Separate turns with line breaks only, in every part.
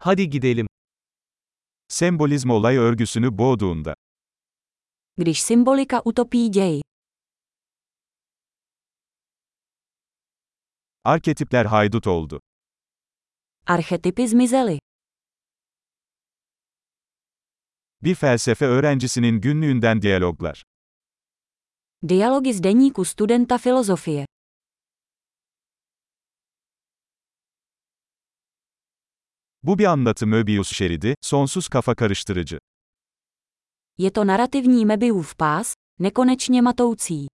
Hadi gidelim. Sembolizm olay örgüsünü boğduğunda.
Když symbolika utopí děj,
Arketipler haydut oldu.
archetypy zmizely.
Bir felsefe öğrencisinin günlüğünden diyaloglar.
Dialogy z deníku studenta filozofie.
Bu bir anlatı Möbius şeridi, sonsuz kafa karıştırıcı.
Je to narativní Mebiův pás, nekonečně matoucí.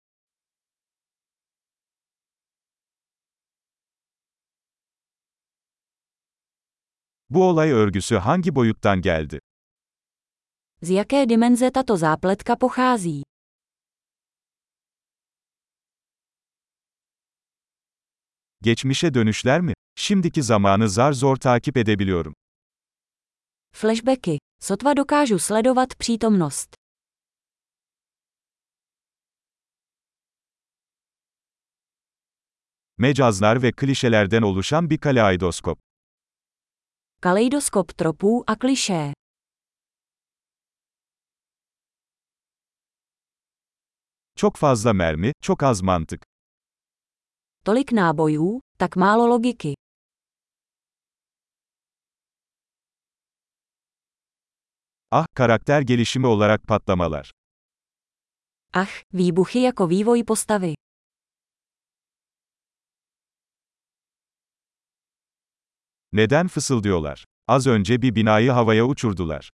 Bu olay örgüsü hangi boyuttan geldi?
Z jaké dimenze tato zápletka pochází?
Geçmişe dönüşler mi? Şimdiki zamanı zar zor takip edebiliyorum.
Flashbacky. Sotva dokážu sledovat přítomnost.
Mecazlar ve klişelerden oluşan bir kaleidoskop.
Kaleidoskop tropů a klišé.
Çok fazla mermi, çok az mantık.
Tolik nábojů, tak málo logiky.
Ah, karakter gelişimi olarak patlamalar.
Ach, výbuchy jako vývoj postavy.
Neden fısıldıyorlar? Az önce bir binayı havaya uçurdular.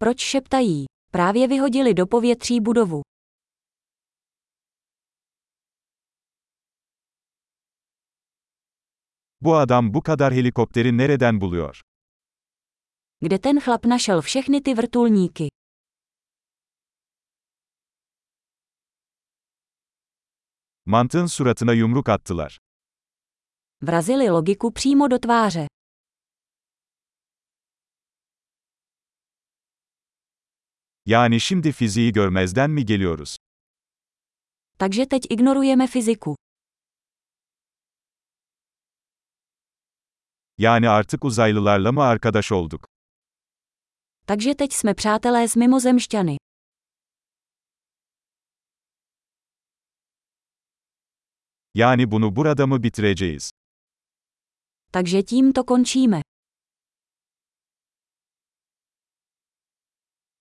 Proč šeptají? Právě vyhodili do povětří budovu.
Bu adam bu kadar helikopteri nereden buluyor?
Kde ten chlap našel všechny ty vrtulníky?
Mantığın suratına yumruk attılar.
Vrazili logiku přímo do tváře.
Yani şimdi fiziği görmezden mi geliyoruz?
Takže teď ignorujeme fyziku.
Yani artık uzaylılarla mı arkadaş olduk?
Takže teď jsme přátelé s mimozemšťany.
Yani bunu burada mı bitireceğiz?
Takže tím to končíme.